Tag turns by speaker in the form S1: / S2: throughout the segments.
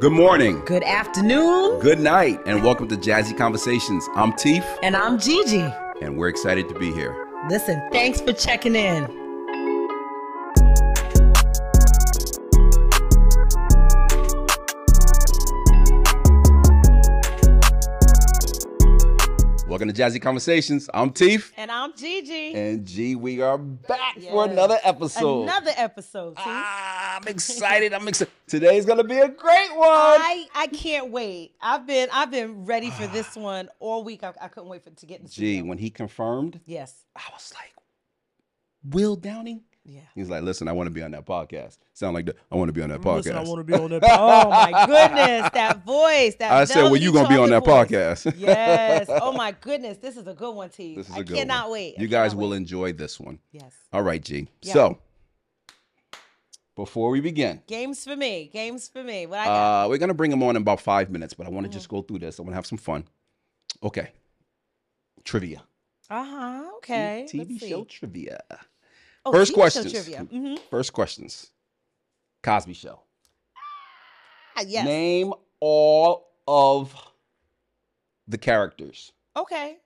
S1: Good morning,
S2: Good afternoon.
S1: good night, and welcome to Jazzy Conversations. I'm Teef,
S2: And I'm Gigi.
S1: and we're excited to be here.
S2: Listen, thanks for checking in.
S1: Welcome to Jazzy Conversations. I'm Teef,
S2: And I'm Gigi.
S1: and G, we are back for
S2: Yes.
S1: another episode.
S2: Another episode. T.
S1: Ah, I'm excited. I'm excited. Today's gonna be a great one.
S2: I I can't wait. I've been I've been ready for this
S1: Ah.
S2: one all week. I, I couldn't wait for to get in the
S1: G,
S2: studio.
S1: when he confirmed,
S2: Yes.
S1: I was like, Will Downing?
S2: Yeah.
S1: He's like, listen, I want to be on that podcast. Sound like the, I want to be on that podcast.
S3: Listen, I want to be on that.
S2: Oh my goodness, that voice. That
S1: I said, well, you gonna be on that
S2: podcast.
S1: podcast.
S2: Yes. Oh my goodness, this is a good one, T.
S1: This is
S2: I
S1: a good one.
S2: cannot wait. I
S1: You guys
S2: cannot
S1: will
S2: wait.
S1: enjoy this one.
S2: Yes.
S1: All right, G.
S2: Yeah.
S1: So, before we begin,
S2: Games for me. Games for me. What I got?
S1: uh, we're going to bring them on in about five minutes, but I want to
S2: Mhm.
S1: just go through this. I want to have some fun. Okay. Trivia.
S2: Uh huh.
S1: T-
S2: Okay.
S1: TV
S2: Let's see.
S1: show trivia.
S2: Oh,
S1: First
S2: TV show
S1: questions.
S2: Trivia. hmm
S1: First questions Cosby Show.
S2: Ah, yes.
S1: Name all of the characters
S2: Okay.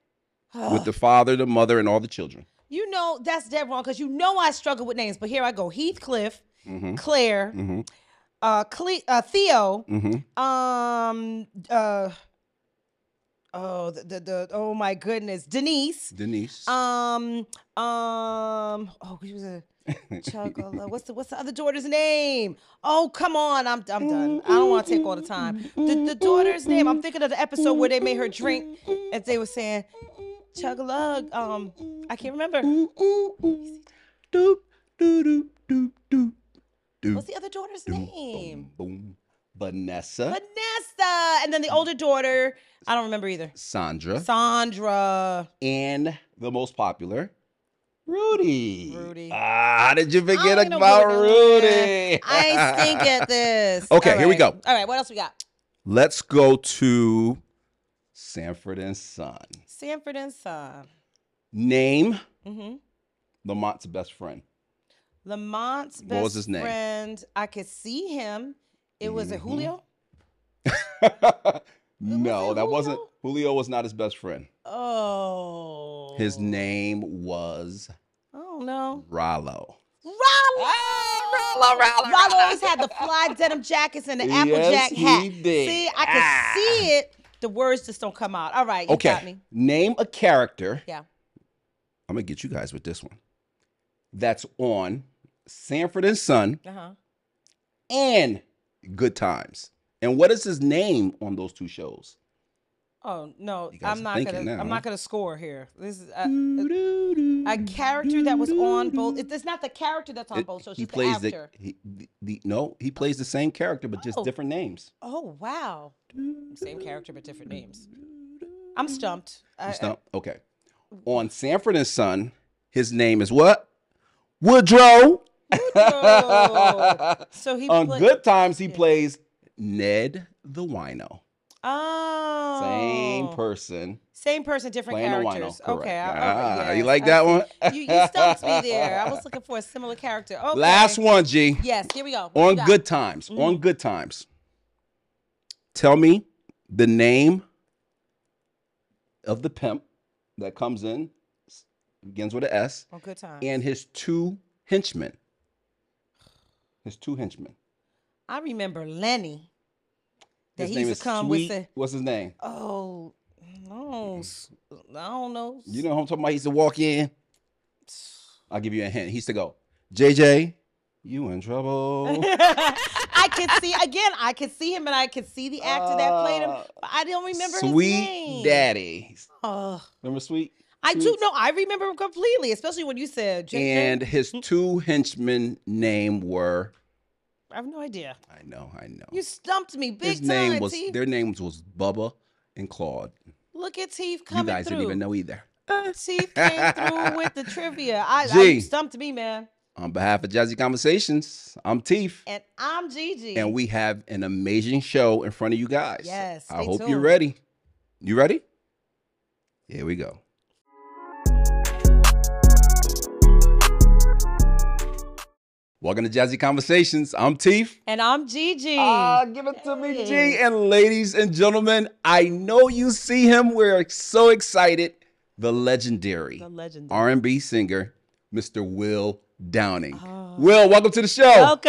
S1: with the father, the mother, and all the children.
S2: you know that's dead wrong because you know I struggle with names, but here I go: Heathcliff,
S1: Mm
S2: Claire,
S1: hmm. Mm
S2: uh, Cle- uh, Theo,
S1: hmm. Mm hmm.
S2: um, uh, oh the, the the oh my goodness, Denise,
S1: Denise.
S2: um, um, oh she was a Chocola. what's the what's the other daughter's name? Oh come on, I'm I'm done. I don't want to take all the time. The, the daughter's name. I'm thinking of the episode where they made her drink as they were saying, chug Um, I can't remember.
S1: Doop, doop, doop, doop, doop, doop.
S2: What's the other daughter's
S1: doop,
S2: name?
S1: Boom, boom. Vanessa,
S2: Vanessa. And then the older daughter. I don't remember either.
S1: Sandra,
S2: Sandra.
S1: and the most popular, Rudy.
S2: Rudy.
S1: Ah, how did you
S2: I
S1: forget
S2: don't know
S1: about
S2: Rudy.
S1: Rudy?
S2: I ain't stink at this.
S1: Okay,
S2: All
S1: here we go.
S2: right. All right, what else we got?
S1: Let's go to Sanford and Son.
S2: Sanford and Son.
S1: Name
S2: Mm-hmm.
S1: Lamont's best friend.
S2: Lamont's best
S1: What was his name?
S2: friend. I could see him. It was a
S1: Mhm.
S2: Julio.
S1: no,
S2: it
S1: that wasn't.
S2: Julio?
S1: Julio was not his best friend.
S2: Oh.
S1: His name was
S2: Oh no.
S1: Rollo.
S2: Rollo.
S1: Ah,
S2: Rollo always had the fly denim jackets and the
S1: Yes,
S2: Applejack
S1: he
S2: hat.
S1: did.
S2: See, I could
S1: Ah.
S2: see it. The words just don't come out. All right, you got
S1: Okay.
S2: me.
S1: Name a character.
S2: Yeah.
S1: I'm gonna get you guys with this one. That's on Sanford and Son
S2: Uh huh.
S1: and Good Times. And what is his name on those two shows?
S2: Oh no,
S1: You guys are
S2: I'm not
S1: thinking
S2: gonna.
S1: now,
S2: I'm
S1: huh?
S2: not gonna score here. This is a, a character that was on both. It, it's not the character that's on
S1: It-
S2: both shows.
S1: he
S2: She's the
S1: plays
S2: actor.
S1: the, he, the, the no, he plays the same character but just
S2: Oh.
S1: different names.
S2: Oh wow. Same character but different names. I'm stumped. Uh, I- I-
S1: It's not- okay. On Sanford and Son, his name is what? Woodrow.
S2: Woodrow. so he
S1: on
S2: pla-
S1: Good Times, he
S2: yeah.
S1: plays Ned the Wino.
S2: Oh.
S1: Same person.
S2: Same person, different
S1: playing a
S2: characters.
S1: wino.
S2: Okay.
S1: Correct.
S2: I-
S1: Ah,
S2: okay,
S1: you
S2: yes,
S1: like
S2: I
S1: that
S2: see.
S1: one?
S2: You, you stumped me there. I was looking for a similar character. Okay.
S1: Last one, G.
S2: Yes, here we go. What
S1: On
S2: you got? Mm-hmm.
S1: Good Times. On Good Times. Tell me the name of the pimp that comes in, s- begins with an S,
S2: On good time.
S1: and his two henchmen. His two henchmen.
S2: I remember Lenny. That
S1: His
S2: he
S1: name
S2: used
S1: is
S2: to come
S1: Sweet.
S2: with the
S1: What's his name?
S2: oh no, s- I don't know.
S1: You know who I'm talking about? He used to walk in. I'll give you a hint. He used to go, JJ, you in trouble.
S2: I could see again. I could see him, and I could see the actor that played him,
S1: Ah,
S2: but I don't remember
S1: Sweet
S2: his name.
S1: Daddy.
S2: Oh,
S1: Remember Sweet?
S2: I do
S1: Sweet.
S2: know. I remember him completely, especially when you said. JJ.
S1: And his two henchmen name were
S2: I have no idea.
S1: I know, I know.
S2: You stumped me big
S1: his
S2: time.
S1: name was
S2: T.
S1: their names was Bubba and Claude.
S2: Look at Teeth coming
S1: you guys
S2: through. Uh,
S1: didn't even know either.
S2: Teeth came through with the trivia. I, I
S1: Gee.
S2: you stumped me, man.
S1: On behalf of Jazzy Conversations, I'm Teef.
S2: And I'm Gigi.
S1: And we have an amazing show in front of you guys.
S2: Yes,
S1: I
S2: stay
S1: hope you're
S2: tuned.
S1: ready. You ready? Here we go. Welcome to Jazzy Conversations. I'm Teef.
S2: And I'm Gigi.
S1: Ah, give it to me, G.
S2: Hey.
S1: And ladies and gentlemen, I know you see him. We're so excited. The legendary
S2: the legend.
S1: R&B singer, Mr. Will Downing.
S2: Oh.
S1: Will, welcome to the show.
S2: Welcome.
S3: Thank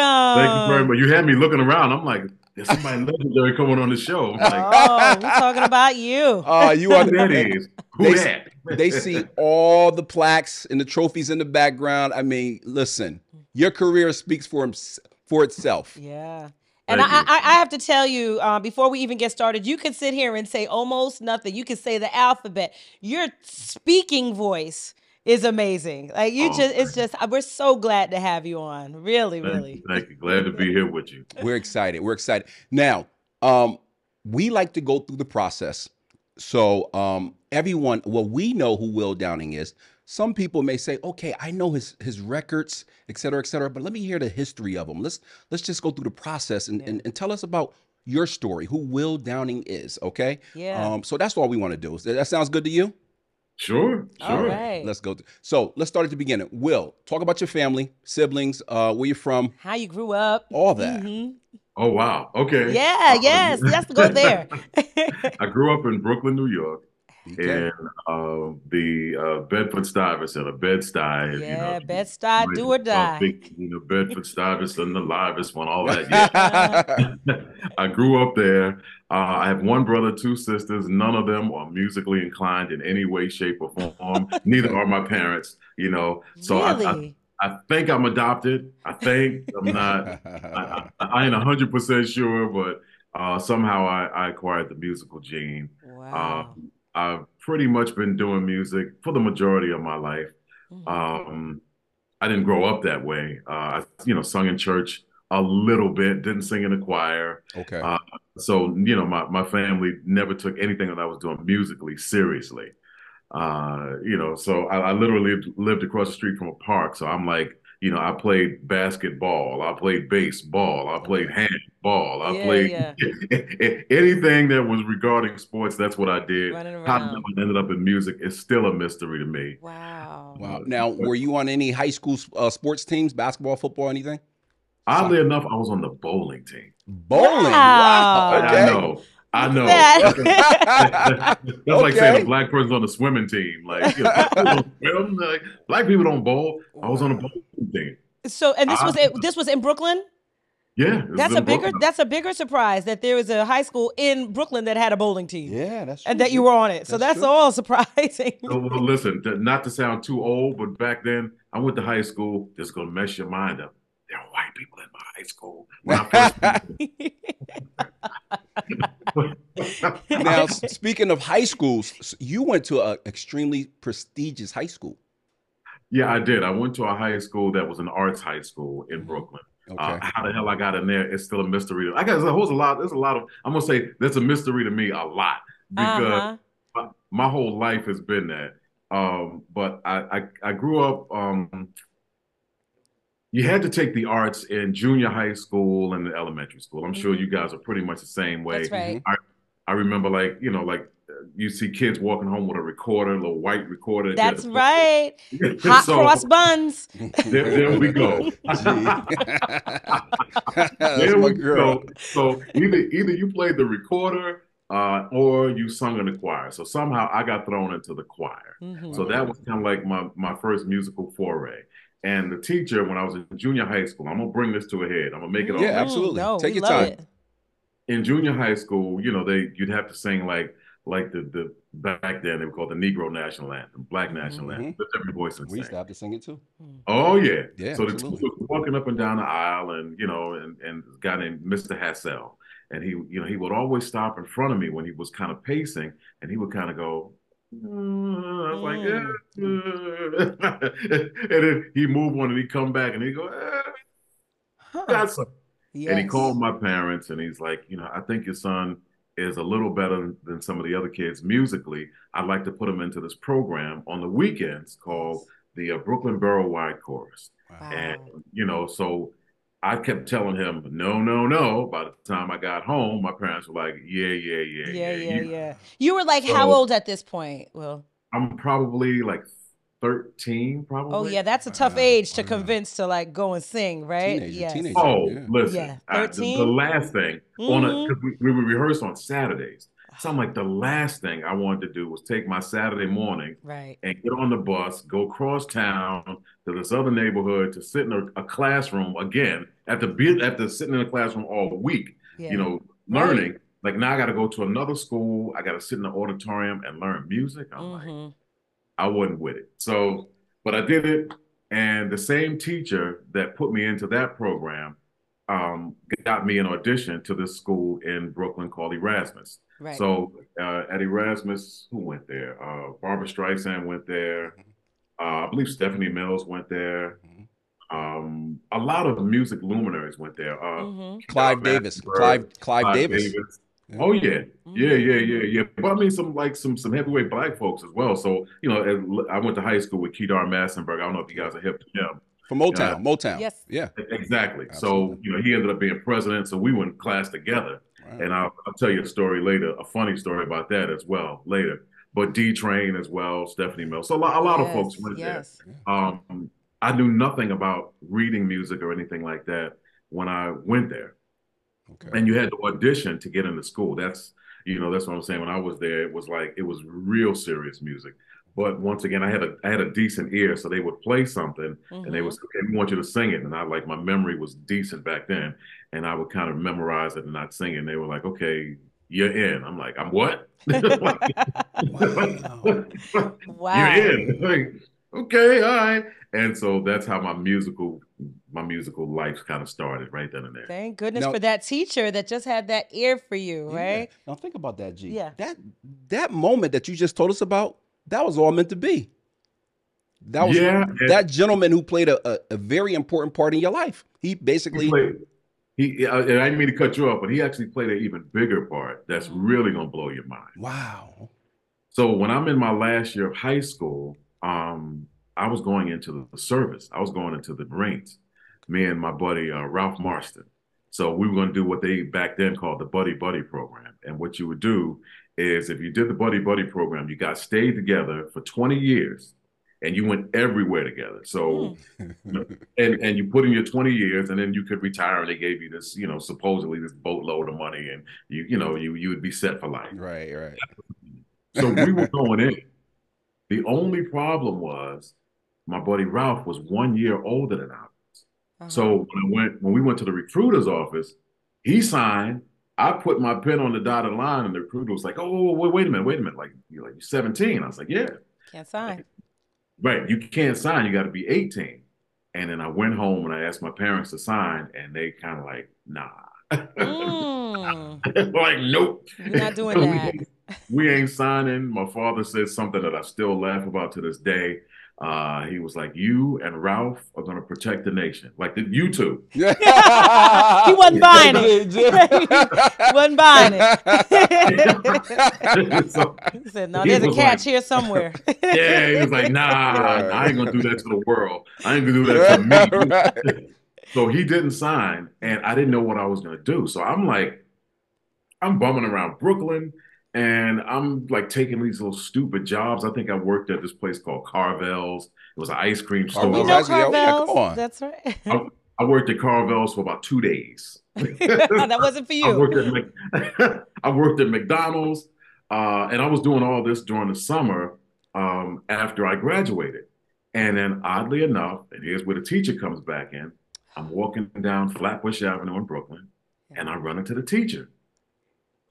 S3: you
S2: Um,
S3: very much. You had me looking around. I'm like, there's somebody legendary coming on the show. I'm like, Oh.
S2: Oh, we're talking about you.
S1: Ah, you are
S3: who that is? Who
S1: They-
S3: that?
S1: they see all the plaques and the trophies in the background. I mean, listen, your career speaks for hims- for itself.
S2: Yeah. And I,
S3: Thank
S2: I,
S3: you.
S2: I have to tell you, uh, before we even get started, you can sit here and say almost nothing. You can say the alphabet. Your speaking voice is amazing. Like you
S3: Oh,
S2: just, it's just, uh, we're so glad to have you on. Really,
S3: Thank
S2: really.
S3: you. Thank you. Glad to be here with you.
S1: We're excited. We're excited. Now, um, we like to go through the process. So, um, everyone, well, we know who Will Downing is. Some people may say, "Okay, I know his his records, et cetera, et cetera," but let me hear the history of him. Let's let's just go through the process and,
S2: Yeah.
S1: and, and tell us about your story, who Will Downing is. Okay,
S3: Oh.
S2: Yeah.
S1: um, so that's all we want to do. That sounds good to you?
S3: Sure. Sure.
S2: All right.
S1: Let's go. Th- so let's start at the beginning. Will, talk about your family, siblings, uh, where you're from,
S2: How you grew up.
S1: all that.
S2: Mhm.
S3: Oh, wow. Okay.
S2: Yeah,
S3: Um,
S2: yes. Let's go there.
S3: I grew up in Brooklyn, New York,
S2: Mm-hmm.
S1: Okay.
S3: and uh, the uh, Bedford Stuyvesant, a Bed Stuy. you know,
S2: yeah, Bed Stuy, do or
S3: Microsoft,
S2: die.
S3: big, you know, Bedford Stuyvesant, the livest one, all that. Yeah. I grew up there. Uh, I have one brother, two sisters. None of them are musically inclined in any way, shape, or form. Neither are my parents. You know, so I- uh, I,
S2: really?
S3: I, think I'm adopted. I think I'm not. I, I, I ain't hundred percent sure, but uh, somehow I, I acquired the musical gene.
S2: wow.
S3: Um, I've pretty much been doing music for the majority of my life.
S2: Mhm.
S3: Um, I didn't grow up that way. Uh, I, you know, sung in church a little bit. Didn't sing in the choir.
S1: okay.
S3: uh, So, you know, my, my family never took anything that I was doing musically seriously. Uh, you know, so I, I literally lived, lived across the street from a park. So I'm like, you know, I played basketball, I played baseball, I played handball, I
S2: Yeah,
S3: played
S2: yeah.
S3: anything that was regarding sports, that's what I did.
S2: Running
S3: How I
S2: around.
S3: ended up in music is still a mystery to me.
S2: Wow.
S1: wow. Now, were you on any high school uh, sports teams, basketball, football, anything?
S3: Oddly enough, I was on the bowling team.
S1: Bowling.
S3: I-
S1: Wow.
S2: Wow.
S3: I
S1: Okay.
S3: know, I know.
S2: That-
S3: That's like saying
S1: Okay.
S3: a black person's on the swimming team. Like, you know, black people don't swim. Like, black people don't bowl. I was on a bowling team.
S2: So, and this was
S3: I-
S2: this was in Brooklyn.
S3: Yeah, it was
S2: That's
S3: in
S2: a bigger
S3: Brooklyn.
S2: that's a bigger surprise that there was a high school in Brooklyn that had a bowling team
S1: yeah, that's
S2: and that you were on it. So
S1: That's
S2: that's,
S1: true.
S2: all surprising.
S3: So, well, listen, th- not to sound too old, but back then I went to high school. This is gonna mess your mind up. There are white people in my high school. When I first-
S1: now, s- speaking of high schools, s- you went to an extremely prestigious high school.
S3: yeah, I did. I went to a high school that was an arts high school in Brooklyn.
S1: Okay.
S3: Uh, how the hell I got in there? It's still a mystery. I guess there was a lot. There's a lot of. I'm gonna say that's a mystery to me a lot because
S2: uh-huh.
S3: my, my whole life has been that. Um, but I, I I grew up. Um, you had to take the arts in junior high school and the elementary school. I'm sure
S2: Mhm.
S3: you guys are pretty much the same way.
S2: That's right.
S3: I remember, like you know, like uh, you see kids walking home with a recorder, a little white recorder.
S2: That's right. Hot
S3: So-
S2: cross buns.
S3: There, there we go.
S1: Gee. That's
S3: There
S1: my
S3: we
S1: girl.
S3: go. So either either you played the recorder uh, or you sung in the choir. So somehow I got thrown into the choir.
S2: Mhm.
S3: So that was kind of like my my first musical foray. And the teacher, when I was in junior high school, I'm gonna bring this to a head. I'm gonna make it all.
S1: Yeah,
S2: Mm,
S1: absolutely.
S2: No,
S1: Take
S2: we
S1: your
S2: love
S1: time.
S2: it.
S3: In junior high school, you know, they you'd have to sing like like the the back then they would call the Negro national anthem, Black national
S1: Mhm.
S3: anthem. Lift every voice and
S1: We used
S3: sing.
S1: to have to sing it too.
S3: Oh yeah.
S1: Yeah,
S3: So the
S1: absolutely.
S3: teacher was walking up and down the aisle and you know, and, and this guy named Mr. Hassel. And he, you know, he would always stop in front of me when he was kind of pacing and he would kind of go, "Mm," I was like,
S2: Mm.
S3: "Yeah, uh." and then he moved one and he come back and he go, "Eh,
S2: Huh.
S3: that's a-" And he
S2: Yes.
S3: called my parents and he's like, you know, I think your son is a little better than some of the other kids musically. I'd like to put him into this program on the weekends called the uh, Brooklyn Borough Wide Chorus. And,
S2: Wow.
S3: you know, so I kept telling him, no, no, no. By the time I got home, my parents were like, yeah, yeah, yeah,
S2: Yeah,
S3: yeah.
S2: yeah,
S3: You-
S2: yeah. You were like how
S3: So-
S2: old at this point? Well,
S3: I'm probably like 13 probably.
S2: Oh yeah, that's a tough
S3: Uh,
S2: age to convince to like go and sing, right?
S1: Teenager,
S2: yes.
S1: teenager.
S3: Oh,
S1: Yeah.
S3: listen.
S2: Yeah,
S3: I- the, the
S2: 13?
S3: last thing Mm-hmm. on a
S2: Mhm.
S3: because we, we would rehearse on Saturdays. So I'm like, the last thing I wanted to do was take my Saturday morning
S2: Right.
S3: and get on the bus, go cross town to this other neighborhood to sit in a, a classroom again after be, after sitting in a classroom all week,
S2: Yeah.
S3: you know,
S2: Right.
S3: learning. Like now I got to go to another school. I got to sit in the auditorium and learn music. I'm like,
S2: hmm
S3: I wasn't with it. So, but I did it, and the same teacher that put me into that program um, got me an audition to this school in Brooklyn called Erasmus.
S2: Right.
S3: So uh, at Erasmus, who went there? Uh, Barbara Streisand went
S2: Mm-hmm.
S3: there. Uh, I believe Stephanie Mills went there.
S1: Mhm.
S3: Um, a lot of music luminaries went there. Uh,
S2: Mhm.
S1: Clive
S3: Matt
S1: Davis.
S3: Bird,
S1: Clive Clive
S3: Clive
S1: Davis. Yeah.
S3: Oh yeah, yeah,
S2: Mhm.
S3: yeah, yeah, yeah. But I mean, some like some some heavyweight black folks as well. So you know, and I went to high school with Kedar Massenberg. I don't know if you guys are hip to him.
S1: From Motown. Motown.
S2: Yes.
S1: Yeah.
S3: E, Exactly. So
S1: Absolutely.
S3: you know, he ended up being president. So we went in class together.
S1: Wow.
S3: And I'll, I'll tell you a story later, a funny story about that as well later. But D Train as well, Stephanie Mills. So a lot, a lot of
S2: Yes,
S3: folks went there.
S2: Yes.
S3: Um, I knew nothing about reading music or anything like that when I went there
S1: okay.
S3: and you had to audition to get into school. That's you know that's what I'm saying. When I was there, it was like it was real serious music. But once again, I had a I had a decent ear, so they would play something and they would say, "Okay, we want you to sing it." And I like my memory was decent back then, and I would kind of memorize it and not sing it. And they were like, "Okay, you're in." I'm like, "I'm what?"
S2: Mm-hmm.
S1: Wow.
S2: Oh, wow.
S3: You're in. Like, okay, all right. And so that's how my musical my musical life kind of started right then and there.
S2: Thank goodness
S1: Now-
S2: for that teacher that just had that ear for you,
S1: Yeah.
S2: right?
S1: Now think about that, G.
S2: Yeah.
S1: That that moment that you just told us about, that was all meant to be. That was
S3: yeah, and-
S1: that gentleman who played a, a, a very important part in your life. He basically
S3: He played. He uh, and I didn't mean to cut you off, but he actually played an even bigger part that's really gonna blow your mind.
S1: Wow.
S3: So when I'm in my last year of high school, um, I was going into the service. I was going into the Marines. Me and my buddy uh, Ralph Marston. So we were going to do what they back then called the Buddy Buddy program. And what you would do is if you did the Buddy Buddy program, you got stayed together for 20 years, and you went everywhere together. So and and you put in your 20 years and then you could retire and they gave you this you know supposedly this boatload of money and you you know you you would be set for life
S1: right, right.
S3: so we were going in the only problem was my buddy ralph was one year older than i
S2: Uh-huh.
S3: so when i went when we went to the recruiter's office he signed i put my pen on the dotted line and the recruiter was like oh wait, wait a minute wait a minute like you're like you're 17 i was like yeah
S2: can't sign.
S3: Right, you can't sign, you got to be 18. And then I went home and I asked my parents to sign, and they kind of like, nah.
S2: Mm,
S3: Like, nope.
S2: we're not doing that.
S3: We ain't signing. My father said something that I still laugh about to this day. Uh, he was like, You and Ralph are going to protect the nation. Like, the, you two.
S2: he wasn't buying it. Wasn't buying it.
S3: So,
S2: he said, "No,
S3: He
S2: there's a
S3: was
S2: catch
S3: like-
S2: here somewhere."
S3: yeah, he was like, Nah, I ain't going to do that to the world. I ain't going to do that to me. You So he didn't sign, and I didn't know what I was gonna do. So I'm like, I'm bumming around Brooklyn, and I'm like taking these little stupid jobs. I think I worked at this place called Carvel's. It was an ice cream store.
S2: you
S1: Carvel's
S2: know
S1: Ice cream, yeah, oh, yeah, come
S2: Carvel's.
S1: on.
S2: That's right.
S3: I worked at Carvel's for about two days.
S2: that wasn't for you.
S3: I worked at Mc- I worked at McDonald's, uh, and I was doing all this during the summer um, after I graduated. And then, oddly enough, and here's where the teacher comes back in. I'm walking down Flatbush Avenue in Brooklyn, and I run into the teacher,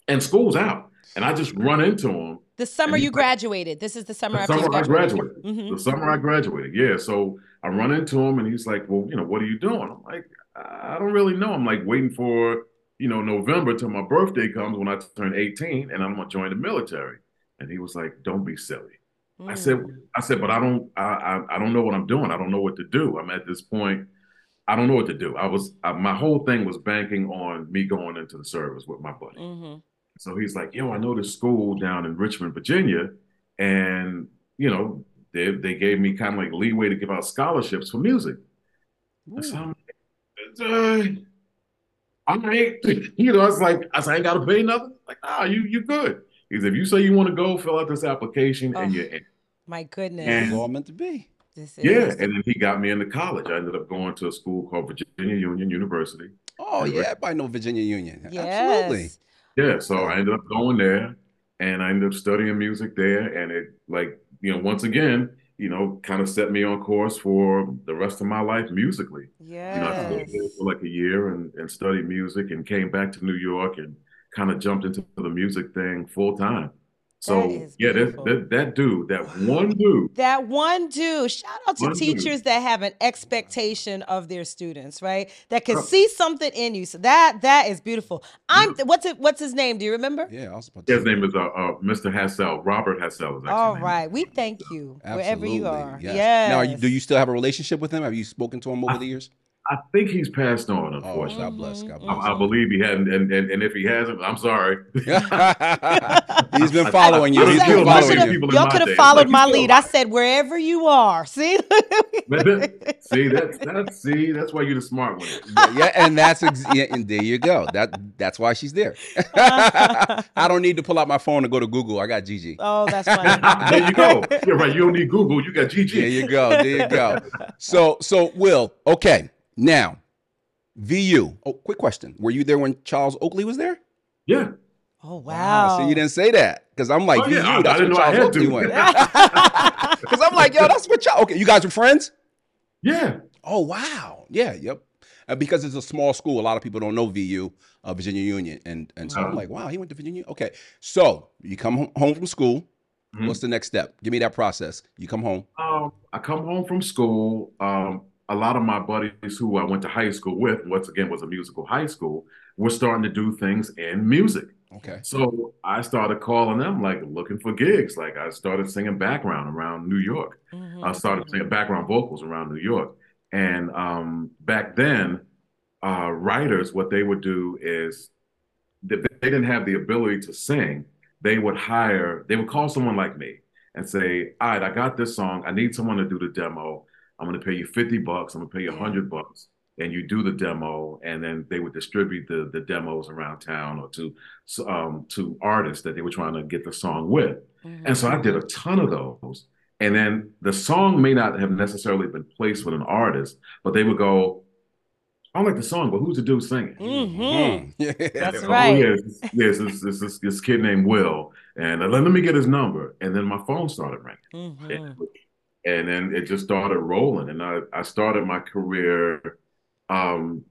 S3: and school's out, and I just run into him.
S2: The summer
S3: And
S2: you
S3: he's like-
S2: graduated. This is the summer
S3: The
S2: after you
S3: summer I
S2: graduated.
S3: graduated.
S2: Mhm.
S3: The summer I graduated, yeah. So I run into him and he's like, Well, you know, what are you doing? I'm like, I don't really know. I'm like waiting for, you know, November till my birthday comes when I turn 18 and I'm gonna join the military. And he was like, Don't be silly. I
S2: Mm.
S3: said, I said, but I don't I, I I don't know what I'm doing. I don't know what to do. I'm at this point, I don't know what to do. I was I, my whole thing was banking on me going into the service with my buddy.
S2: Mhm.
S3: So he's like, yo, I know this school down in Richmond, Virginia, and you know, they they gave me kind of like leeway to give out scholarships for music. And so I'm like, uh, all right. You know, it's like I said, I ain't gotta pay nothing. Like, ah, you you good. He said, if you say you want to go, fill out this application
S2: Ugh.
S3: and you're in.
S2: My goodness.
S1: It's
S3: And-
S1: all meant to be.
S2: this is
S3: Yeah, and then he got me into college. I ended up going to a school called Virginia Union University.
S1: Oh
S3: Right.
S1: yeah, everybody know Virginia Union. Absolutely.
S2: Yes.
S3: Yeah, so I ended up going there and I ended up studying music there. And it, like, you know, once again, you know, kind of set me on course for the rest of my life musically. You know, I
S2: Yes.
S3: stayed there for like a year and, and studied music and came back to New York and kind of jumped into the music thing full time. So,
S2: is
S3: yeah, that,
S2: beautiful.
S3: that that dude, that one dude,
S2: That one dude, shout out to
S3: One dude.
S2: teachers that have an expectation of their students, right? That can
S3: Huh.
S2: see something in you. So that that is beautiful. I'm what's it what's his name? Do you remember?
S1: Yeah, I was about to
S3: his name is uh, uh, Mr. Hassel, Robert Hassel is actually
S2: All
S3: named.
S2: right. We thank you wherever you are.
S1: Yes.
S2: Yes.
S1: Now, are you, do you still have a relationship with him? Have you spoken to him over the years?
S3: I think he's passed on,
S1: Oh,
S3: unfortunately.
S1: God bless. God
S2: Mhm,
S1: bless.
S3: I, I believe he hadn't, and, and, and if he hasn't, I'm sorry.
S1: He's been following you.
S3: Mm-hmm. I
S1: He's been
S3: don't feel like
S1: following
S3: it.
S1: you.
S3: people in
S2: y'all
S3: my
S2: could have
S3: day.
S2: followed
S3: Like,
S2: my
S3: you know.
S2: lead. I said wherever you are. See?
S3: But that- see that's that's see that's why you're the smart one.
S1: Yeah, and that's ex- yeah, and there you go. That that's why she's there. I don't need to pull out my phone and go to Google. I got Gigi.
S2: oh, that's funny.
S3: there you go. You're right. You don't need Google. You got GG.
S1: There you go. There you go. So so Will, okay. Now, VU. Oh, quick question. Were you there when Charles Oakley was there?
S3: Yeah.
S2: Oh
S1: Ah,
S2: wow.
S1: So you didn't say that because I'm like
S3: Oh,
S1: VU.
S3: yeah, I- I
S1: that's
S3: didn't
S1: what
S3: know
S1: Charles
S3: I had
S1: Oakley
S3: to.
S1: went. Because I'm like, yo, that's what y'all. Okay, you guys were friends.
S3: Yeah.
S1: Oh wow, yeah, yep. Uh, because it's a small school, a lot of people don't know VU, uh, Virginia Union, and and so I'm
S3: Uh-huh.
S1: like, wow, he went to Virginia. Okay, so you come ho- home from school.
S3: Mhm.
S1: What's the next step? Give me that process. You come home.
S3: Um, I come home from school. Um, a lot of my buddies who I went to high school with, once again, was a musical high school, were starting to do things in music.
S1: Okay.
S3: So I started calling them, like looking for gigs. Like I started singing background around New York. I started playing background vocals around New York. And um, back then, uh, writers, what they would do is if they didn't have the ability to sing, they would hire, they would call someone like me and say, All right, I got this song. I need someone to do the demo. I'm going to pay you 50 bucks. I'm going to pay you
S2: Yeah.
S3: 100 bucks. And you do the demo, and then they would distribute the, the demos around town or to um, to artists that they were trying to get the song with.
S2: Mm-hmm,
S3: And so I did a ton of those. And then the song may not have necessarily been placed with an artist, but they would go, I don't like the song, but who's the dude singing?
S2: Mm-hmm.
S1: Yeah.
S2: That's
S3: And,
S2: right.
S3: Oh, yeah, it's- yes, it's, it's, it's this kid named Will. And I, let, let me get his number. And then my phone started ringing.
S2: Mm-hmm.
S3: And then it just started rolling. And I, I started my career, um,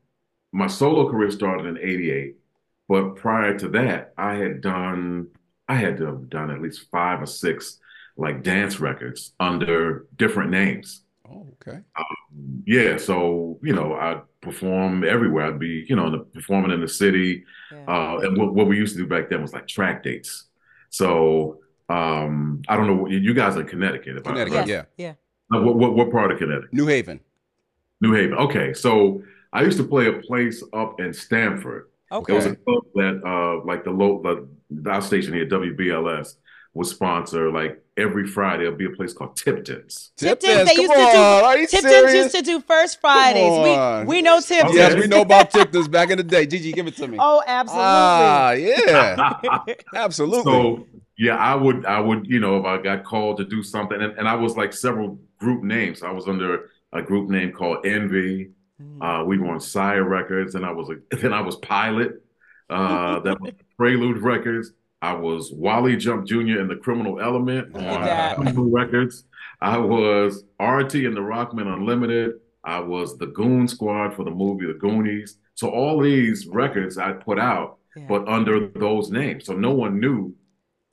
S3: my solo career started in 88. But prior to that, I had done, I had to have done at least five or six like dance records under different names.
S1: Oh, okay.
S3: Yeah, so, you know, I'd perform everywhere. I'd be, you know, in the- performing in the city.
S2: Yeah.
S3: Uh, and what, what we used to do back then was like track dates. So um, I don't know. You guys are in Connecticut, if I
S1: Connecticut.
S2: Yes.
S3: right?
S1: Yeah.
S2: Yeah.
S3: Uh, What, what what part of Connecticut?
S1: New Haven.
S3: New Haven. Okay, so I used to play a place up in Stamford. It
S2: Okay.
S3: was a club that uh, like the low the our station here, WBLS, would sponsor. Like every Friday, it'll be a place called Tipton's.
S2: Tipton's, they
S1: Come
S2: used to do-
S1: on, Are you
S2: Tipton's
S1: serious?
S2: used to do first Fridays.
S1: on.
S2: We we know Tipton's.
S1: Yes, we know about Tipton's back in the day. Gigi, give it to me.
S2: Oh, absolutely.
S1: Ah, yeah, absolutely.
S3: So yeah, I would I would you know if I got called to do something, and, and I was like several group names. I was under a group name called Envy.
S2: Mm,
S3: Uh, we were on Sire Records, and I was a, then I was Pilot. Uh, that was Prelude Records. I was Wally Jump Jr. in the Criminal Element
S1: Look
S2: at
S3: on
S2: that.
S3: Criminal Records. I was RT in the Rockman Unlimited. I was the Goon Squad for the movie The Goonies. So all these records I put out,
S2: Yeah.
S3: but under those names, so no one knew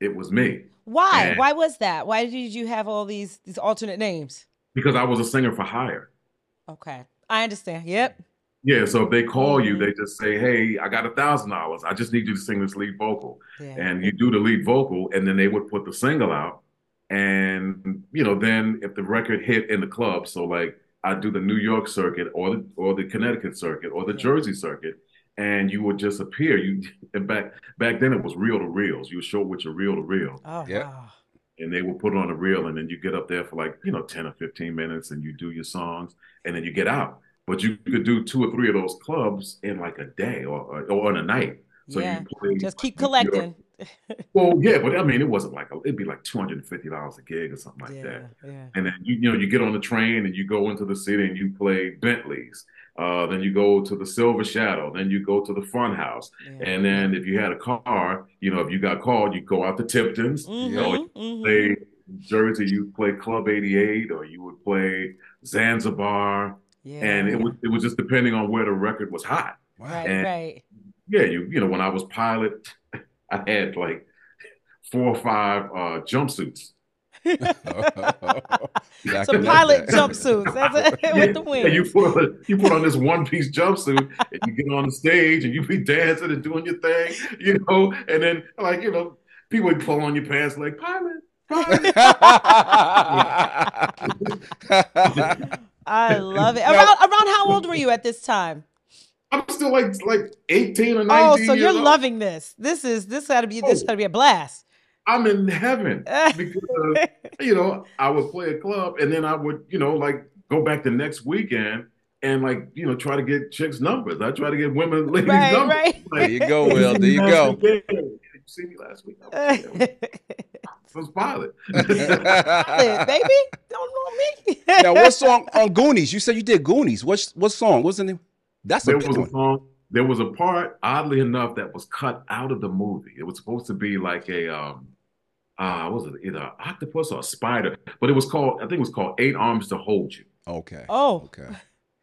S3: it was me
S2: Why?
S3: and-
S2: Why was that? Why did you have all these these alternate names?
S3: because I was a singer for hire.
S2: Okay. I understand. Yep.
S3: Yeah, so if they call you,
S2: Mhm.
S3: they just say, "Hey, I got a thousand dollars. I just need you to sing this lead vocal."
S2: Yeah.
S3: and you do the lead vocal, and then they would put the single out. And you know, then if the record hit in the club, so like I do the New York circuit or the or the Connecticut circuit or the
S2: Yeah.
S3: Jersey circuit, and you would just appear. You and back back then it was reel to reels. You would show what your reel to reel,
S2: Oh
S1: Yeah.
S2: wow.
S3: and they would put it on a reel, and then you get up there for like you know ten or fifteen minutes, and you do your songs, and then you get out. But you could do two or three of those clubs in like a day or or on a night. So
S2: yeah.
S3: you play
S2: Just keep
S3: New York-
S2: collecting.
S3: well, yeah, but I mean, it wasn't like a, it'd be like two hundred and fifty dollars a gig or something like
S2: yeah,
S3: that.
S2: yeah.
S3: And then you, you know you get on the train and you go into the city and you play Bentleys. Uh, then you go to the Silver Shadow. Then you go to the Fun House.
S2: yeah.
S3: And then if you had a car, you know, if you got called, you go out to Tipton's. You know,
S2: Mhm, mhm.
S3: play Jersey, you play Club 88, or you would play Zanzibar,
S2: mm-hmm. Yeah.
S3: and it was it was just depending on where the record was hot.
S2: right,
S3: and-
S2: right.
S3: Yeah, you you know when I was pilot, I had like four or five uh, jumpsuits.
S1: Yeah, I
S2: Some
S1: can
S2: pilot
S1: imagine that.
S2: jumpsuits. That's it.
S3: Yeah,
S2: With the
S3: yeah,
S2: wings.
S3: you put on you put on this one piece jumpsuit and you get on the stage and you be dancing and doing your thing, you know, and then like you know people would pull on your pants like pilot, pilot.
S2: I love it.
S3: Now-
S2: Around around how old were you at this time?
S3: I'm still like like 18 or 19
S2: Oh, so
S3: years
S2: you're
S3: old.
S2: loving this. This is this gotta be this
S3: Oh.
S2: gotta be a blast.
S3: I'm in heaven because you know I would play a club and then I would you know like go back the next weekend and like you know try to get chicks numbers. I try to get women ladies
S2: right,
S3: numbers.
S2: right.
S1: there
S3: Like,
S1: you go,
S3: "Hey,
S1: Will.
S3: see
S1: Oh, There you
S3: me last
S1: go.
S3: weekend? Did you see me last week? I was, yeah, I was pilot.
S2: Listen, baby, don't know me.
S1: now, what song on Goonies? You said you did Goonies. What what song? What's the name? That's a
S3: there
S1: big
S3: was a
S1: one.
S3: song. There was a part, oddly enough, that was cut out of the movie. It was supposed to be like a um, uh, what was it either an octopus or a spider? But it was called, I think it was called Eight Arms to Hold You.
S1: Okay.
S2: Oh,
S1: Okay.